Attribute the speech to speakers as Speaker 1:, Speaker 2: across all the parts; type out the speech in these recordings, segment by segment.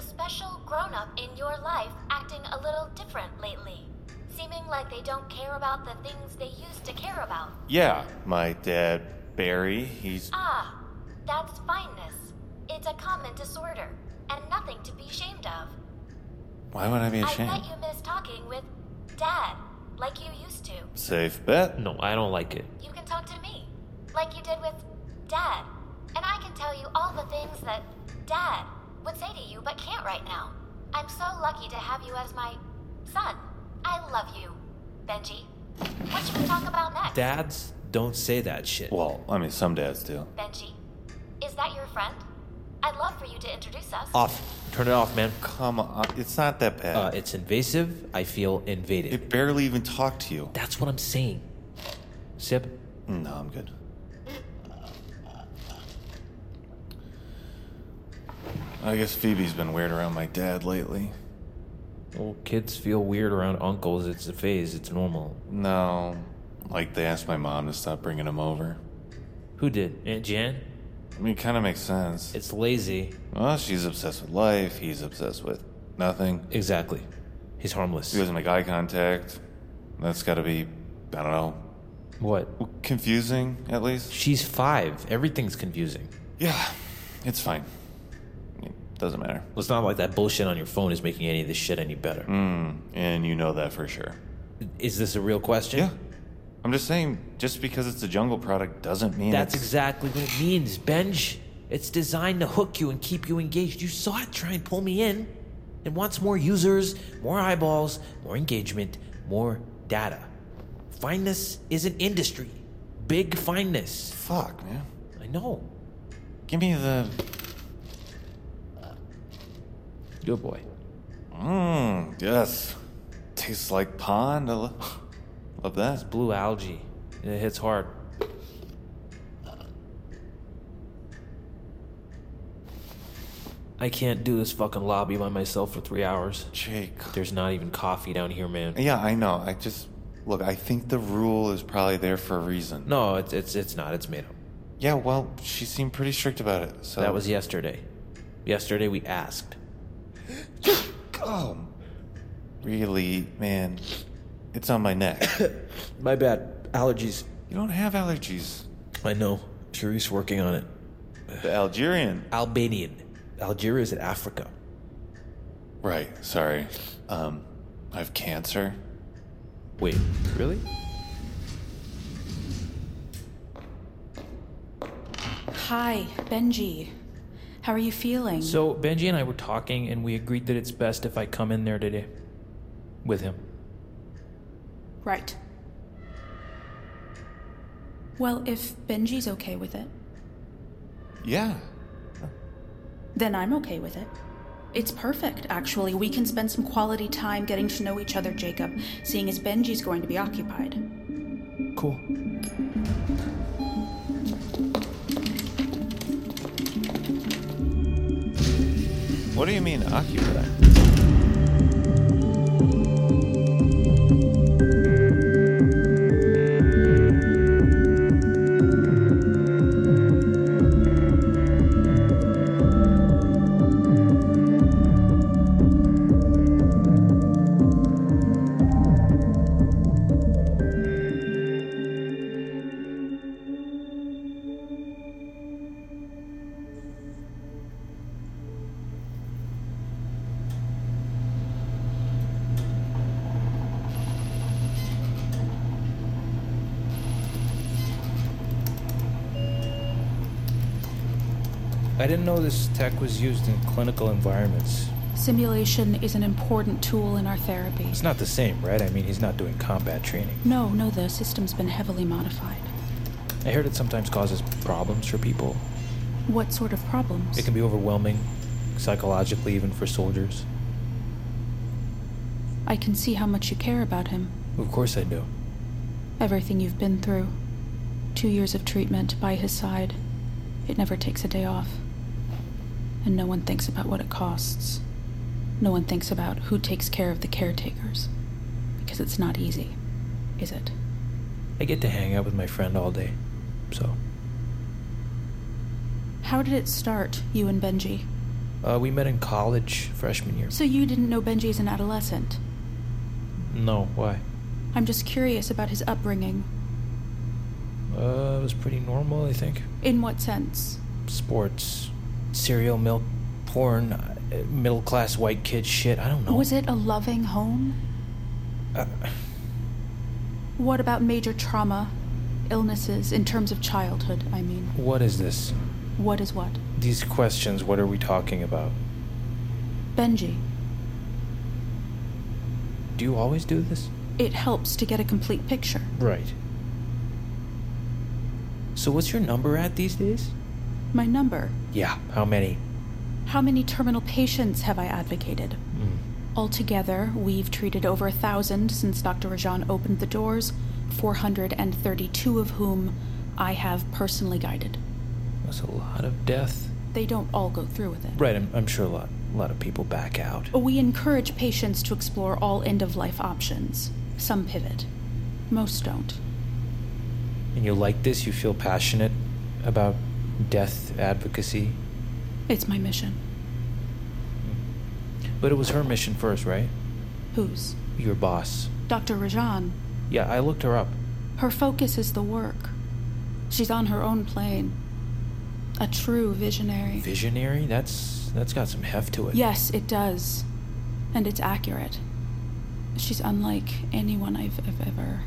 Speaker 1: special grown up in your life acting a little different lately, seeming like they don't care about the things they used to care about.
Speaker 2: Yeah, my dad, Barry, he's.
Speaker 1: Ah, that's fineness. It's a common disorder, and nothing to be ashamed of.
Speaker 2: Why would I be
Speaker 1: I
Speaker 2: ashamed?
Speaker 1: bet you miss talking with Dad, like you used to.
Speaker 2: Safe bet.
Speaker 3: No, I don't like it.
Speaker 1: You can talk to me, like you did with Dad, and I can tell you all the things that Dad would say to you but can't right now. I'm so lucky to have you as my son. I love you, Benji. What should we talk about next,
Speaker 3: Dads don't say that shit.
Speaker 2: Well, I mean, some dads do.
Speaker 1: Benji? Is that your friend? I'd love for you to introduce us.
Speaker 3: Off. Turn it off, man.
Speaker 2: Come on, it's not that bad.
Speaker 3: Uh, it's invasive. I feel invaded.
Speaker 2: it barely even talked to you.
Speaker 3: That's what I'm saying. Sip.
Speaker 2: No, I'm good. I guess Phoebe's been weird around my dad lately.
Speaker 3: Well, kids feel weird around uncles. It's a phase. It's normal.
Speaker 2: No, like they asked my mom to stop bringing him over.
Speaker 3: Who did? Aunt Jan?
Speaker 2: I mean, it kind of makes sense.
Speaker 3: It's lazy.
Speaker 2: Well, she's obsessed with life, he's obsessed with nothing.
Speaker 3: Exactly. He's harmless.
Speaker 2: He doesn't make eye contact. That's gotta be, I don't know,
Speaker 3: What?
Speaker 2: confusing at least.
Speaker 3: She's five. Everything's confusing.
Speaker 2: Yeah, it's fine. It doesn't matter.
Speaker 3: It's not like that bullshit on your phone is making any of this shit any better.
Speaker 2: Mm. And you know that for sure.
Speaker 3: Is this a real question?
Speaker 2: Yeah. I'm just saying, just because it's a jungle product doesn't mean
Speaker 3: That's
Speaker 2: it's-
Speaker 3: exactly what it means, Benj. It's designed to hook you and keep you engaged. You saw it try and pull me in. It wants more users, more eyeballs, more engagement, more data. Fineness is an industry. Big fineness.
Speaker 2: Fuck, man.
Speaker 3: I know.
Speaker 2: Give me the.
Speaker 3: Good boy.
Speaker 2: Mmm, yes. Tastes like pond. I lo- love that.
Speaker 3: Blue algae. And it hits hard. I can't do this fucking lobby by myself for three hours.
Speaker 2: Jake.
Speaker 3: There's not even coffee down here, man.
Speaker 2: Yeah, I know. I just. Look, I think the rule is probably there for a reason.
Speaker 3: No, it's it's it's not. It's made up.
Speaker 2: Yeah, well, she seemed pretty strict about it. So
Speaker 4: Oh.
Speaker 3: That was yesterday. Yesterday we asked.
Speaker 2: Oh, really, man? It's on my neck.
Speaker 3: My bad. Allergies.
Speaker 2: you don't have allergies.
Speaker 3: I know. Sharice working on it.
Speaker 2: The Algerian.
Speaker 3: Albanian. Algeria is in Africa.
Speaker 2: Right. Sorry. Um, I have cancer.
Speaker 3: Wait, really?
Speaker 5: Hi, Benji. How are you feeling?
Speaker 3: So Benji and I were talking, and we agreed that it's best if I come in there today, with him.
Speaker 5: right. Well, if Benji's okay with it,
Speaker 2: Yeah.
Speaker 5: then I'm okay with it. It's perfect, actually. We can spend some quality time getting to know each other, Jacob, seeing as Benji's going to be occupied.
Speaker 3: Cool.
Speaker 2: What do you mean occupied?
Speaker 4: I didn't know this tech was used in clinical environments.
Speaker 5: Simulation is an important tool in our therapy.
Speaker 4: It's not the same, right? I mean, he's not doing combat training.
Speaker 5: No, no, the system's been heavily modified.
Speaker 4: I heard it sometimes causes problems for people.
Speaker 5: What sort of problems?
Speaker 4: It can be overwhelming, psychologically, even for soldiers.
Speaker 5: I can see how much you care about him.
Speaker 4: Of course, I do.
Speaker 5: Everything you've been through. Two years of treatment by his side. It never takes a day off. And no one thinks about what it costs. No one thinks about who takes care of the caretakers. Because it's not easy, is it?
Speaker 4: I get to hang out with my friend all day, so
Speaker 5: How did it start, you and Benji?
Speaker 3: Uh, we met in college, freshman year.
Speaker 5: So you didn't know Benji as an adolescent?
Speaker 3: No, why?
Speaker 5: I'm just curious about his upbringing.
Speaker 3: Uh, it was pretty normal, I think.
Speaker 5: In what sense?
Speaker 3: Sports, cereal, milk, porn, uh, middle class white kid shit. I don't know.
Speaker 5: Was it a loving home?
Speaker 3: Uh,
Speaker 5: What about major trauma, illnesses, in terms of childhood, I mean?
Speaker 3: what is this?
Speaker 5: What is what?
Speaker 3: These questions, what are we talking about?
Speaker 5: Benji,
Speaker 3: Do you always do this?
Speaker 5: it helps to get a complete picture.
Speaker 3: Right. So, what's your number at these days?
Speaker 5: My number.
Speaker 3: Yeah, how many?
Speaker 5: How many terminal patients have I advocated? Altogether, we've treated over a thousand since Dr. Rajan opened the doors, 432 of whom I have personally guided.
Speaker 3: That's a lot of death.
Speaker 5: They don't all go through with it.
Speaker 3: Right, I'm, I'm sure a lot, a lot of people back out.
Speaker 5: We encourage patients to explore all end of life options. Some pivot, most don't.
Speaker 3: And you like this? You feel passionate about death advocacy?
Speaker 5: It's my mission.
Speaker 3: But it was her mission first, right?
Speaker 5: Whose?
Speaker 3: Your boss.
Speaker 5: Dr. Rajan.
Speaker 3: Yeah, I looked her up.
Speaker 5: Her focus is the work. She's on her own plane. A true visionary.
Speaker 3: Visionary? That's that's got some heft to it.
Speaker 5: Yes, it does. And it's accurate. She's unlike anyone I've, I've ever.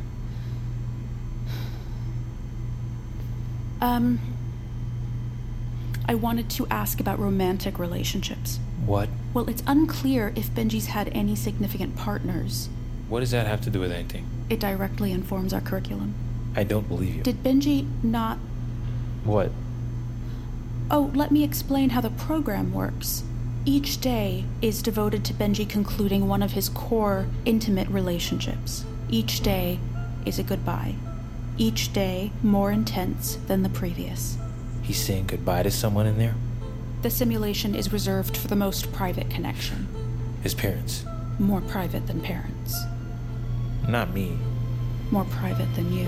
Speaker 5: Um. I wanted to ask about romantic relationships.
Speaker 3: What?
Speaker 5: Well, it's unclear if Benji's had any significant partners.
Speaker 3: What does that have to do with anything?
Speaker 5: It directly informs our curriculum.
Speaker 3: I don't believe you.
Speaker 5: Did Benji not.
Speaker 3: what?
Speaker 5: Oh, let me explain how the program works. Each day is devoted to Benji concluding one of his core intimate relationships. Each day is a goodbye. Each day more intense than the previous.
Speaker 3: He's saying goodbye to someone in there?
Speaker 5: The simulation is reserved for the most private connection,
Speaker 3: His parents.
Speaker 5: more private than parents,
Speaker 3: Not me.
Speaker 5: more private than you.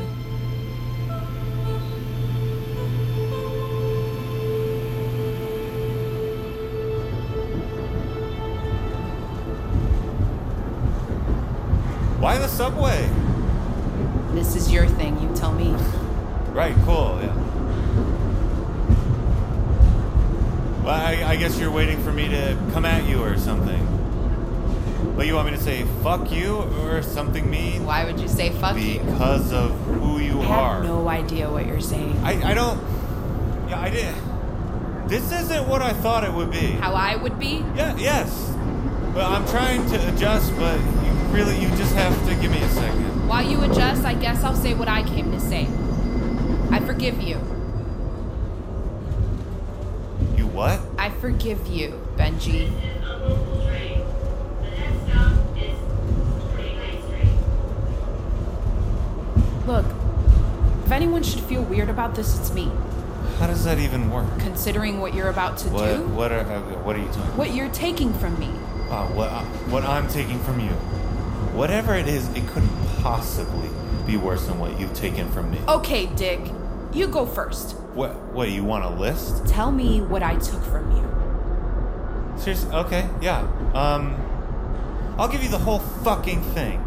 Speaker 2: Why the subway?
Speaker 6: This is your thing, you tell me.
Speaker 2: Right, cool, yeah. Well, I, I guess you're waiting for me to come at you or something. Well, you want me to say fuck you or something mean?
Speaker 6: Why would you say fuck you?
Speaker 2: Because of who you
Speaker 6: I
Speaker 2: are.
Speaker 6: have no idea what you're saying.
Speaker 2: I, I don't. Yeah, I did. This isn't what I thought it would be.
Speaker 6: How I would be?
Speaker 2: Yeah, yes. But I'm trying to adjust, but you really, you just have to give me a second.
Speaker 6: While you adjust, I guess I'll say what I came to say. I forgive you.
Speaker 2: You what?
Speaker 6: I forgive you, Benji. Look, if anyone should feel weird about this, it's me.
Speaker 2: How does that even work?
Speaker 6: Considering what you're about to
Speaker 2: What?
Speaker 6: do,
Speaker 2: What are? uh, What are you talking?
Speaker 6: what you're taking from me.
Speaker 2: Wow, what, I- what I'm taking from you. Whatever it is, it couldn't possibly be worse than what you've taken from me.
Speaker 6: Okay, Dick, you go first.
Speaker 2: What, what, you want a list?
Speaker 6: Tell me what I took from you.
Speaker 2: Seriously? Okay, yeah. Um, I'll give you the whole fucking thing.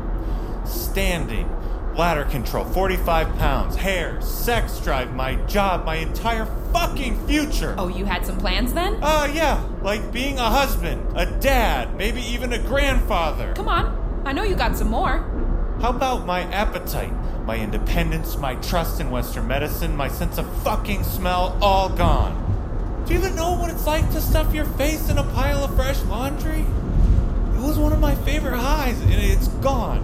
Speaker 2: Standing, bladder control, 45 pounds, hair, sex drive, my job, my entire fucking future.
Speaker 6: Oh, you had some plans then?
Speaker 2: Uh, yeah, like being a husband, a dad, maybe even a grandfather.
Speaker 6: Come on, I know you got some more.
Speaker 2: How about my appetite, my independence, my trust in Western medicine, my sense of fucking smell all gone? Do you even know what it's like to stuff your face in a pile of fresh laundry? It was one of my favorite highs, and it's gone.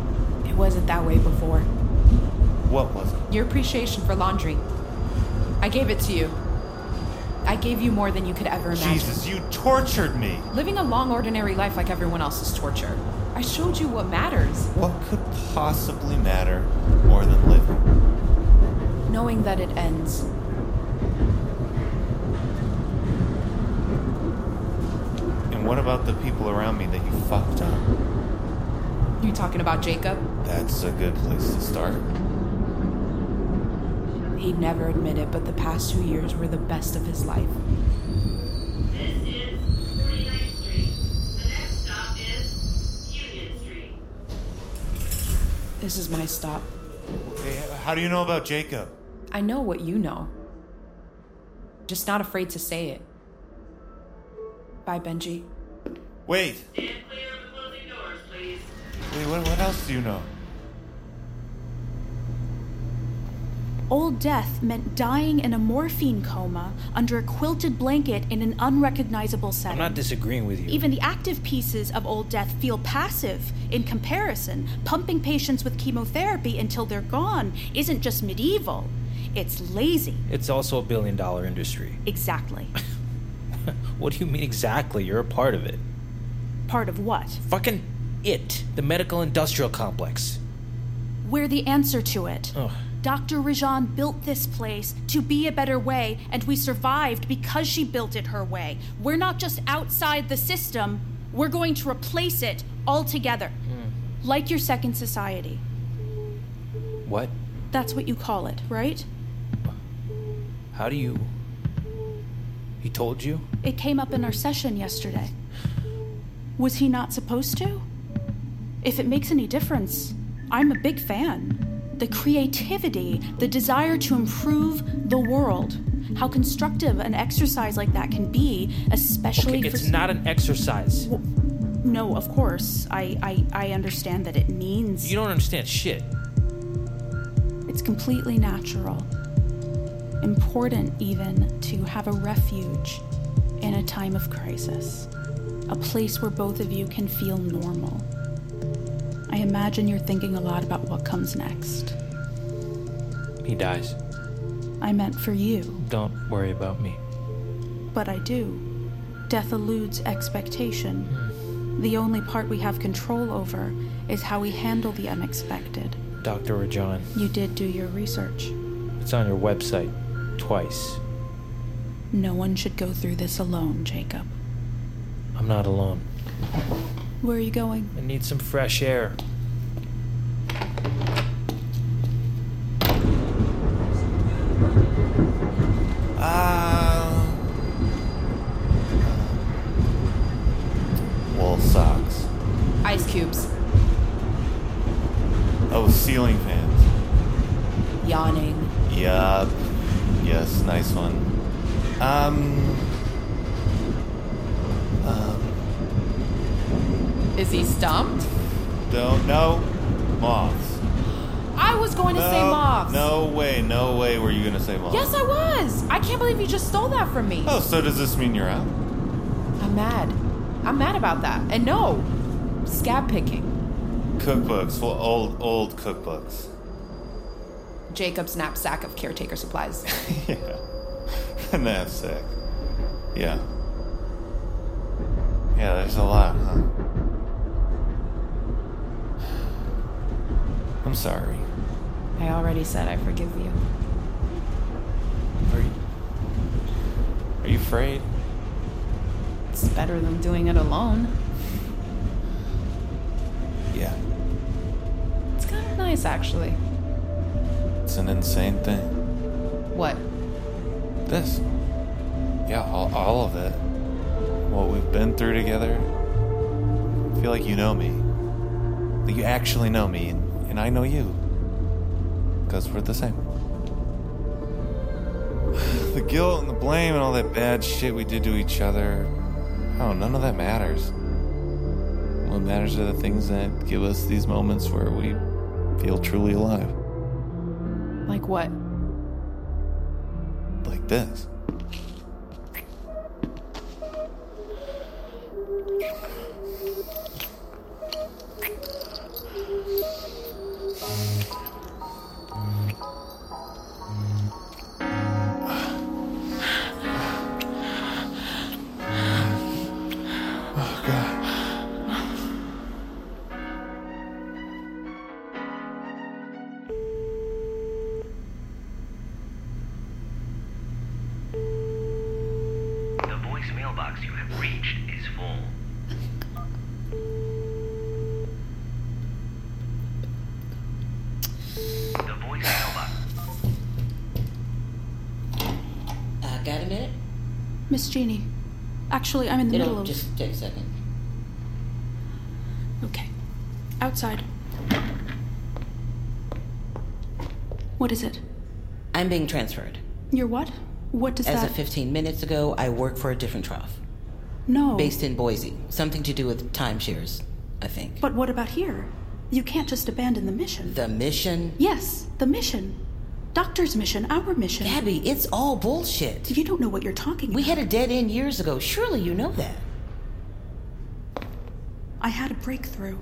Speaker 6: It wasn't that way before.
Speaker 2: What was it?
Speaker 6: Your appreciation for laundry. I gave it to you. I gave you more than you could ever imagine.
Speaker 2: Jesus, you tortured me.
Speaker 6: Living a long, ordinary life like everyone else is torture. I showed you what matters,
Speaker 2: What could possibly matter more than living?
Speaker 6: knowing that it ends.
Speaker 2: And what about the people around me that you fucked up?
Speaker 6: You talking about Jacob?
Speaker 2: That's a good place to start.
Speaker 6: He'd never admit it, but the past two years were the best of his life.
Speaker 7: This is 49
Speaker 6: This is my stop.
Speaker 2: Hey, how do you know about Jacob?
Speaker 6: I know what you know. Just not afraid to say it. Bye, Benji.
Speaker 2: Wait.
Speaker 7: Stand clear of the closing doors, please.
Speaker 2: Wait, what, what else do you know?
Speaker 5: Old death meant dying in a morphine coma under a quilted blanket in an unrecognizable setting.
Speaker 3: I'm not disagreeing with you.
Speaker 5: Even the active pieces of Old Death feel passive in comparison. Pumping patients with chemotherapy until they're gone isn't just medieval, it's lazy.
Speaker 3: it's also a billion dollar industry.
Speaker 5: Exactly.
Speaker 3: What do you mean exactly? You're a part of it.
Speaker 5: Part of what?
Speaker 3: Fucking it. The medical industrial complex.
Speaker 5: We're the answer to it.
Speaker 3: Ugh.
Speaker 5: Dr. Rajan built this place to be a better way, and we survived because she built it her way. We're not just outside the system, we're going to replace it altogether. Like your second society.
Speaker 3: What?
Speaker 5: That's what you call it, right?
Speaker 3: How do you. He told you?
Speaker 5: It came up in our session yesterday. Was he not supposed to? If it makes any difference, I'm a big fan. The creativity, the desire to improve the world, how constructive an exercise like that can be, especially
Speaker 3: Okay,
Speaker 5: for.
Speaker 3: it's not an exercise.
Speaker 5: No, of course. I, I, I understand that it means
Speaker 3: You don't understand shit.
Speaker 5: it's completely natural. Important, even, to have a refuge in a time of crisis. A place where both of you can feel normal. I imagine you're thinking a lot about what comes next.
Speaker 3: He dies.
Speaker 5: I meant for you,
Speaker 3: Don't worry about me.
Speaker 5: but I do. Death eludes expectation. The only part we have control over is how we handle the unexpected.
Speaker 3: Dr. Rajan,
Speaker 5: You did do your research.
Speaker 3: it's on your website. Twice.
Speaker 5: No one should go through this alone, Jacob.
Speaker 3: I'm not alone.
Speaker 5: Where are you going?
Speaker 3: I need some fresh air.
Speaker 2: Uh, wool socks.
Speaker 6: Ice cubes.
Speaker 2: Oh, ceiling fans.
Speaker 6: Yawning.
Speaker 2: Yup. Yes, nice one. Um. Um.
Speaker 6: Is he stumped?
Speaker 2: Don't know. Moths.
Speaker 6: I was going to say
Speaker 2: No,
Speaker 6: moths.
Speaker 2: No way, no way were you gonna say moths.
Speaker 6: Yes, I was. I can't believe you just stole that from me.
Speaker 2: Oh, so does this mean you're out?
Speaker 6: I'm mad. I'm mad about that. And no, scab picking.
Speaker 2: Cookbooks, well, old, old cookbooks.
Speaker 6: Jacob's knapsack of caretaker supplies.
Speaker 2: yeah. Knapsack. Yeah. Yeah, there's a lot, huh? I'm sorry.
Speaker 6: I already said I forgive you.
Speaker 2: Are you, are you afraid?
Speaker 6: It's better than doing it alone.
Speaker 2: Yeah.
Speaker 6: It's kind of nice, actually.
Speaker 2: It's an insane thing.
Speaker 6: What?
Speaker 2: This. Yeah, all, all of it. What we've been through together. I feel like you know me. That you actually know me, and, and I know you. Because we're the same. The guilt and the blame and all that bad shit we did to each other. Oh, none of that matters. What matters are the things that give us these moments where we feel truly alive.
Speaker 6: Like what?
Speaker 2: like this. Oh, God.
Speaker 8: The voice mailbox you have reached is full. The voice mailbox.
Speaker 9: Uh, got a minute?
Speaker 5: Miss Jeannie. Actually, I'm in the middle
Speaker 9: It'll
Speaker 5: of.
Speaker 9: just take a second.
Speaker 5: Okay. Outside. What is it?
Speaker 9: I'm being transferred.
Speaker 5: You're what? What does
Speaker 9: As
Speaker 5: that?
Speaker 9: of 15 minutes ago, I work for a different trough.
Speaker 5: no.
Speaker 9: Based in Boise. Something to do with timeshares, I think.
Speaker 5: But what about here? You can't just abandon the mission.
Speaker 9: the mission?
Speaker 5: yes, the mission. Doctor's mission, our mission.
Speaker 9: Gabby, it's all bullshit.
Speaker 5: You don't know what you're talking
Speaker 9: We
Speaker 5: about.
Speaker 9: had a dead end years ago. Surely you know that.
Speaker 5: I had a breakthrough.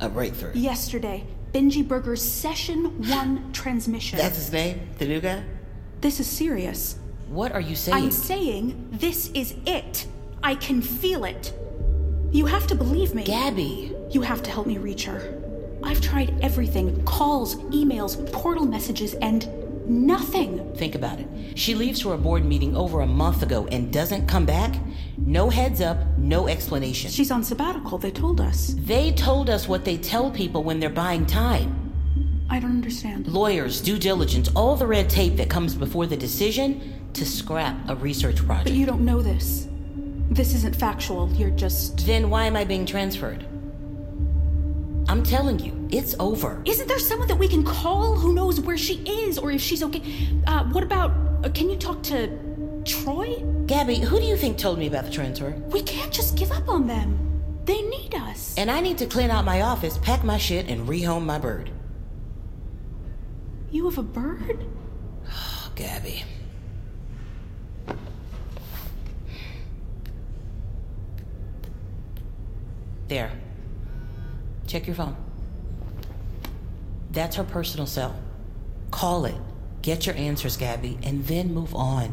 Speaker 9: A breakthrough.
Speaker 5: Yesterday, Benji Berger's Session 1 transmission.
Speaker 9: That's his name? The new guy?
Speaker 5: this is serious.
Speaker 9: What are you saying?
Speaker 5: I'm saying this is it. I can feel it. You have to believe me.
Speaker 9: Gabby.
Speaker 5: You have to help me reach her. I've tried everything calls, emails, portal messages, and nothing.
Speaker 9: Think about it. She leaves for a board meeting over a month ago and doesn't come back? No heads up, no explanation.
Speaker 5: She's on sabbatical, they told us.
Speaker 9: they told us what they tell people when they're buying time
Speaker 5: I don't understand.
Speaker 9: lawyers, due diligence, all the red tape that comes before the decision to scrap a research project.
Speaker 5: But you don't know this. This isn't factual. You're just.
Speaker 9: then why am I being transferred? I'm telling you, it's over.
Speaker 5: Isn't there someone that we can call who knows where she is or if she's okay? Uh, what about. Uh, can you talk to. Troy?
Speaker 9: Gabby, who do you think told me about the transfer?
Speaker 5: We can't just give up on them. They need us.
Speaker 9: And I need to clean out my office, pack my shit, and rehome my bird.
Speaker 5: You have a bird?
Speaker 9: Oh, Gabby. There. Check your phone. That's her personal cell. Call it. Get your answers, Gabby, and then move on.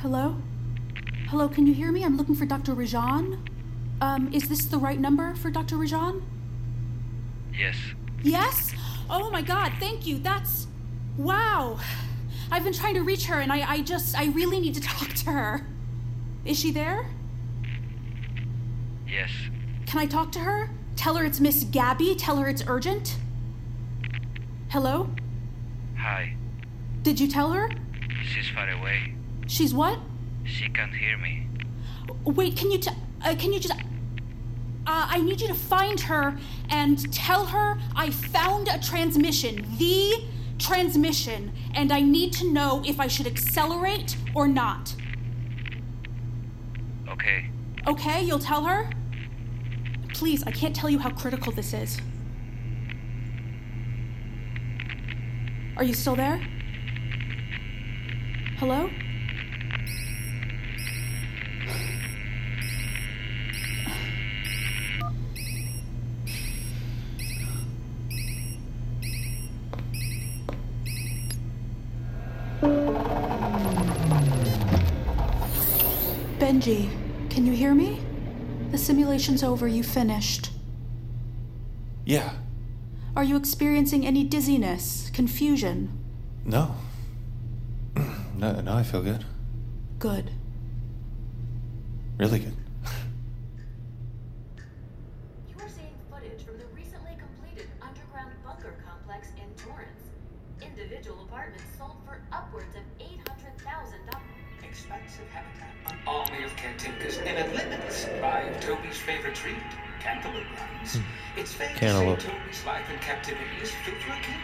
Speaker 5: Hello? Hello, can you hear me? I'm looking for Dr. Rajan. Um, is this the right number for Dr. Rajan?
Speaker 8: Yes.
Speaker 5: Yes? Oh my god, thank you. That's. Wow. I've been trying to reach her and I, I just. I really need to talk to her. Is she there?
Speaker 8: Yes.
Speaker 5: Can I talk to her? Tell her it's Miss Gabby. Tell her it's urgent. Hello?
Speaker 8: Hi.
Speaker 5: Did you tell her?
Speaker 8: She's far away.
Speaker 5: She's what?
Speaker 8: She can't hear me.
Speaker 5: Wait, can you t- uh, can you just? Uh, I need you to find her and tell her I found a transmission, the transmission, and I need to know if I should accelerate or not.
Speaker 8: Okay.
Speaker 5: Okay, you'll tell her. Please, I can't tell you how critical this is. Are you still there? Hello? Benji, can you hear me? The simulation's over, you finished.
Speaker 2: Yeah.
Speaker 5: Are you experiencing any dizziness, confusion?
Speaker 2: No. no, no, I feel good.
Speaker 5: Good.
Speaker 2: Really good.
Speaker 10: You are seeing footage from the recently completed underground bunker complex in Torrance. Individual apartments sold for upwards of $800,000.
Speaker 11: Expansive habitat, an army of caretakers, and a limitless supply of Toby's favorite treat, cantaloupe rinds. It's fair
Speaker 3: Cantaloupe.
Speaker 11: to say Toby's life in captivity is fit for a king.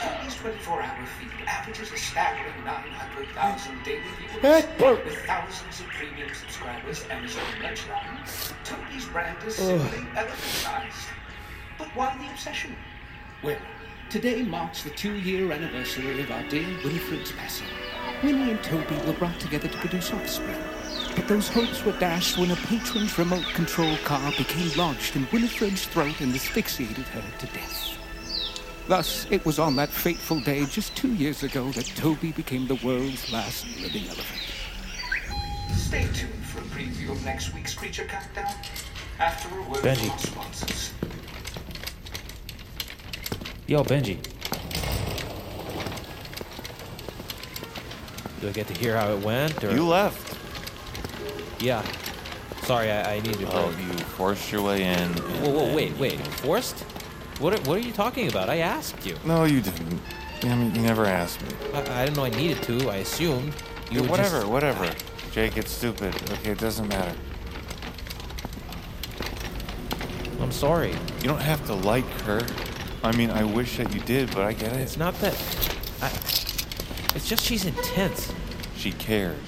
Speaker 11: Toby's 24-hour feed averages a staggering 900,000 daily viewers, with thousands of premium subscribers and his own lunchline. Toby's brand is simply elephant-sized. But why the obsession? Well, today marks the two-year anniversary of our dear Winifred's passing. Winnie and Toby were brought together to produce offspring. But those hopes were dashed when a patron's remote control car became lodged in Winifred's throat and asphyxiated her to death. Thus, it was on that fateful day just two years ago that Toby became the world's last living elephant. Stay tuned for a preview of next week's Creature Countdown after a word
Speaker 3: Benji.
Speaker 11: from our sponsors.
Speaker 3: Yo, Benji. Do I get to hear how it went? Or
Speaker 2: You left.
Speaker 3: yeah, Sorry, I, I need to.
Speaker 2: Oh, you forced your way in.
Speaker 3: Whoa, whoa, wait, wait. Forced? What are, what are you talking about? I asked you.
Speaker 2: No, you didn't. I mean, you never asked me.
Speaker 3: I, I didn't know I needed to. I assumed. You
Speaker 2: Yeah,
Speaker 3: would
Speaker 2: whatever,
Speaker 3: just-
Speaker 2: whatever. Jake, it's stupid. Okay, it doesn't matter.
Speaker 3: I'm sorry.
Speaker 2: You don't have to like her. I mean, I wish that you did, but I get it.
Speaker 3: It's not that. I, it's just she's intense.
Speaker 2: She cares.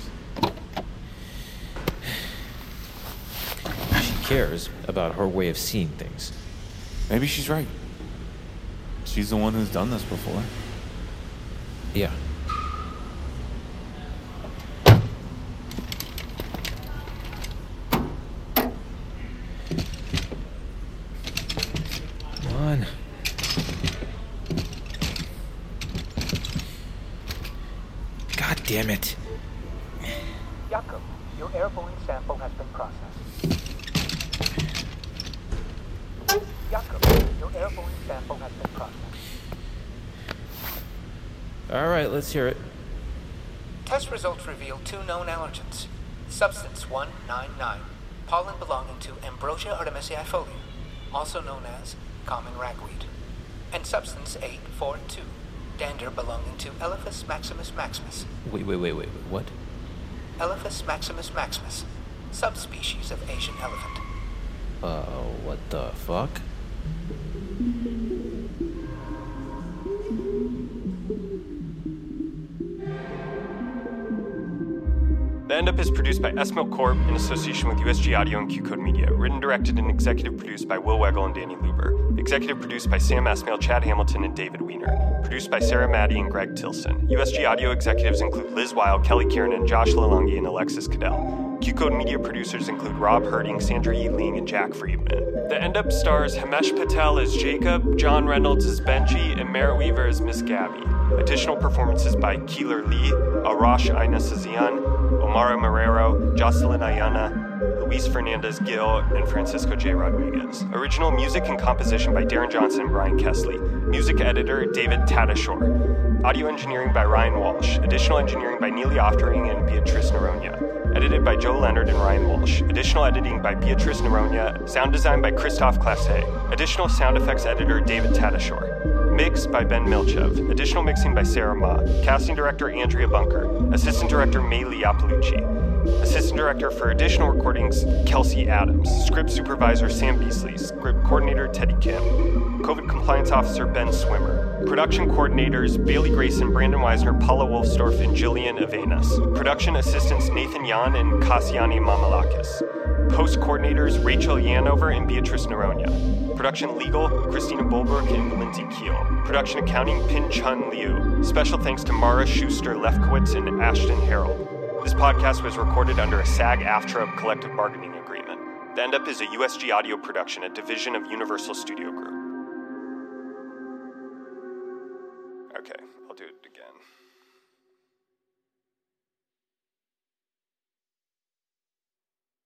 Speaker 3: She cares about her way of seeing things.
Speaker 2: Maybe she's right. She's the one who's done this before.
Speaker 3: Yeah. Come on. God damn it.
Speaker 11: Jakob, your airborne sample has been processed. Jakob, your airborne sample has been processed.
Speaker 3: All right, let's hear it.
Speaker 11: Test results reveal two known allergens. Substance 199, pollen belonging to Ambrosia artemisia folia, also known as common ragweed. And substance 842, dander belonging to Elephas maximus maximus,
Speaker 3: Wait, wait, wait, wait. wait, What?
Speaker 11: Elephas maximus maximus, subspecies of Asian elephant.
Speaker 3: Uh, what the fuck?
Speaker 12: The End Up is produced by S Milk Corp in association with USG Audio and Q Code Media. Written, directed, and executive produced by Will Weggle and Danny Luber. Executive produced by Sam Asmail, Chad Hamilton, and David Weiner. Produced by Sarah Maddie and Greg Tilson. USG Audio executives include Liz Weil, Kelly Kieran, and Josh Lalungi and Alexis Cadell. Q Code Media producers include Rob Herding, Sandra E. Ling, and Jack Friedman. The End Up stars Himesh Patel as Jacob, John Reynolds as Benji, and Merritt Weaver as Miss Gabby. Additional performances by Keeler Lee, Arash Aina Sazian, Omaro Marrero, Jocelyn Ayana, Luis Fernandez Gill, and Francisco J. Rodriguez. Original music and composition by Darren Johnson and Brian Kessley. Music editor David Tadashore. Audio engineering by Ryan Walsh. Additional engineering by Neely Oftering and Beatrice Naronia. Edited by Joe Leonard and Ryan Walsh. Additional editing by Beatrice Naronia. Sound design by Christoph Classe. Additional sound effects editor David Tadashore. Mixed by Ben Milchev. Additional mixing by Sarah Ma. Casting director Andrea Bunker. Assistant director May Liapolucci. Assistant director for additional recordings Kelsey Adams. Script supervisor Sam Beasley. Script coordinator Teddy Kim. COVID compliance officer Ben Swimmer. Production coordinators Bailey Grayson, Brandon Weisner, Paula Wolfsdorf, and Jillian Avenas. Production assistants Nathan Yan and Kassiani Mamalakis. Post coordinators Rachel Yanover and Beatrice Naronia. Production legal Christina Bulbrook and Lindsay Keel. Production accounting Pin Chun Liu. Special thanks to Mara Schuster Lefkowitz and Ashton Harold. This podcast was recorded under a SAG AFTRA collective bargaining agreement. The End Up is a USG audio production, a division of Universal Studio Group.